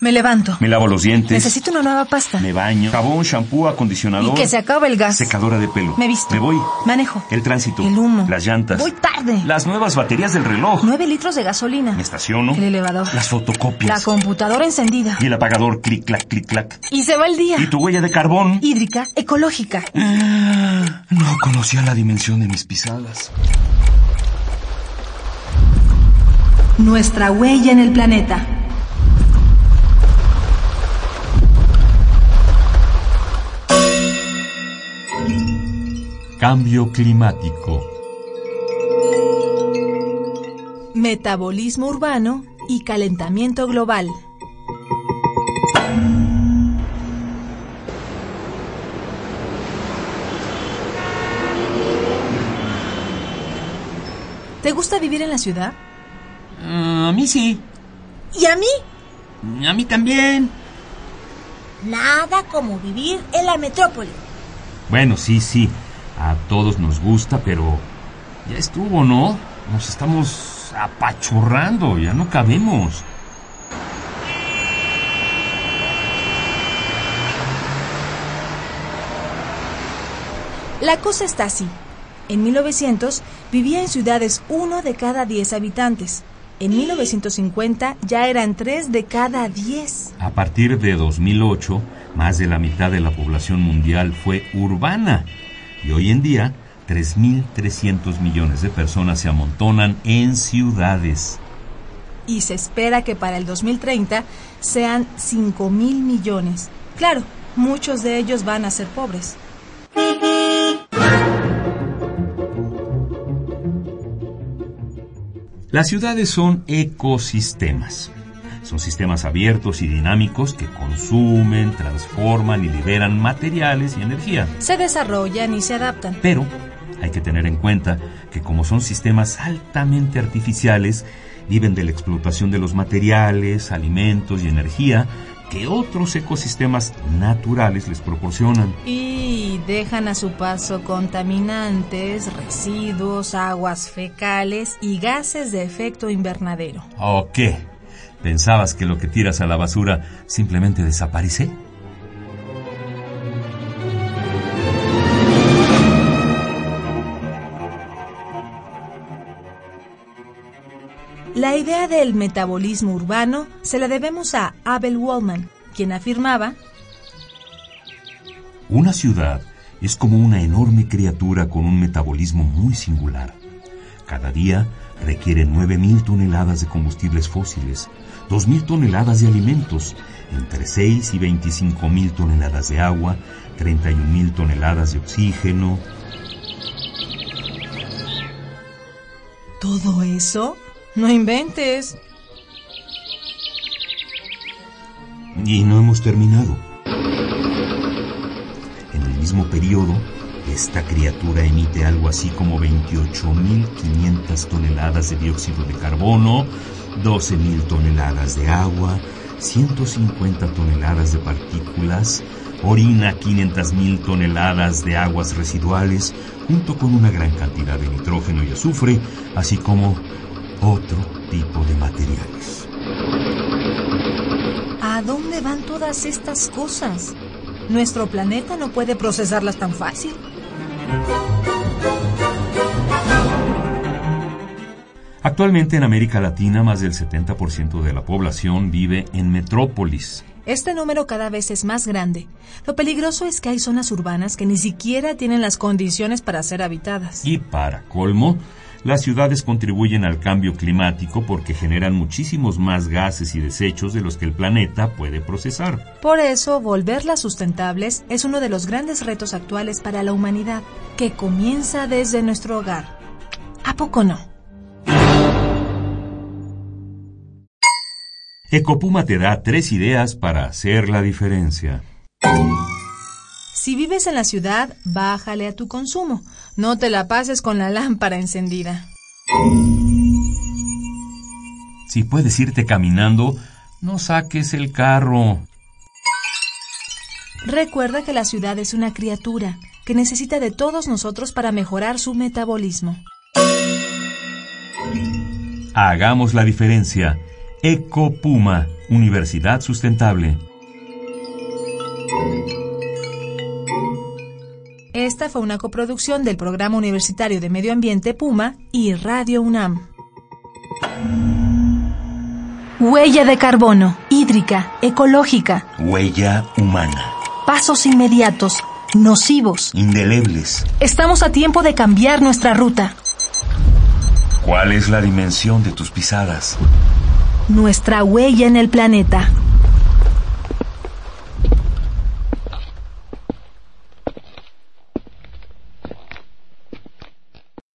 Me levanto. Me lavo los dientes. Necesito una nueva pasta. Me baño. Jabón, shampoo, acondicionador. Y que se acabe el gas. Secadora de pelo. Me visto. Me voy. Manejo. El tránsito. El humo. Las llantas. Voy tarde. Las nuevas baterías del reloj. Nueve litros de gasolina. Me estaciono. El elevador. Las La fotocopias. computadora encendida. y el apagador. Clic, clac, clic, clac. Y se va el día. Y tu huella de carbón. Hídrica, ecológica. No conocía la dimensión de mis pisadas. Mm. Nuestra huella en el planeta. Cambio climático. Metabolismo urbano y calentamiento global. ¿Te gusta vivir en la ciudad? Ah, a mí sí. ¿Y a mí? A mí también. Nada como vivir en la metrópoli. Bueno, sí, sí. A todos nos gusta, pero ya estuvo, ¿no? Nos estamos apachurrando, ya no cabemos. La cosa está así. En 1900 vivía en ciudades uno de cada 10 habitantes. En 1950 ya eran tres de cada 10. A partir de 2008, más de la mitad de la población mundial fue urbana. Y hoy en día, 3.300 millones de personas se amontonan en ciudades. Y se espera que para el 2030 sean 5 mil millones. Claro, muchos de ellos van a ser pobres. Las ciudades son ecosistemas. Son sistemas abiertos y dinámicos que consumen, transforman y liberan materiales y energía. Se desarrollan y se adaptan. Pero hay que tener en cuenta que como son sistemas altamente artificiales, viven de la explotación de los materiales, alimentos y energía que otros ecosistemas naturales les proporcionan. Y dejan a su paso contaminantes, residuos, aguas fecales y gases de efecto invernadero. ¿O qué? ¿Pensabas que lo que tiras a la basura simplemente desaparece? La idea del metabolismo urbano se la debemos a Abel Wallman, quien afirmaba, Una ciudad es como una enorme criatura con un metabolismo muy singular. Cada día requiere 9.000 toneladas de combustibles fósiles, 2.000 toneladas de alimentos, entre 6 y 25.000 toneladas de agua, 31.000 toneladas de oxígeno. ¿todo eso? No inventes. Y no hemos terminado. En el mismo periodo, esta criatura emite algo así como 28.500 toneladas de dióxido de carbono, 12.000 toneladas de agua, 150 toneladas de partículas, orina 500.000 toneladas de aguas residuales, junto con una gran cantidad de nitrógeno y azufre, así como otro tipo de materiales. ¿A dónde van todas estas cosas? Nuestro planeta no puede procesarlas tan fácil. Actualmente en América Latina más del 70% de la población vive en metrópolis. Este número cada vez es más grande. Lo peligroso es que hay zonas urbanas que ni siquiera tienen las condiciones para ser habitadas. Y para colmo, las ciudades contribuyen al cambio climático porque generan muchísimos más gases y desechos de los que el planeta puede procesar. Por eso, volverlas sustentables es uno de los grandes retos actuales para la humanidad, que comienza desde nuestro hogar. ¿A poco no? Ecopuma te da tres ideas para hacer la diferencia. Si vives en la ciudad, bájale a tu consumo. No te la pases con la lámpara encendida. Si puedes irte caminando, no saques el carro. Recuerda que la ciudad es una criatura que necesita de todos nosotros para mejorar su metabolismo. Hagamos la diferencia. Ecopuma, Universidad Sustentable. Esta fue una coproducción del Programa Universitario de Medio Ambiente Puma y Radio UNAM. Huella de carbono, hídrica, ecológica, Huella humana. pasos inmediatos, nocivos. Indelebles. Estamos a tiempo de cambiar nuestra ruta, ¿Cuál es la dimensión de tus pisadas? nuestra huella en el planeta.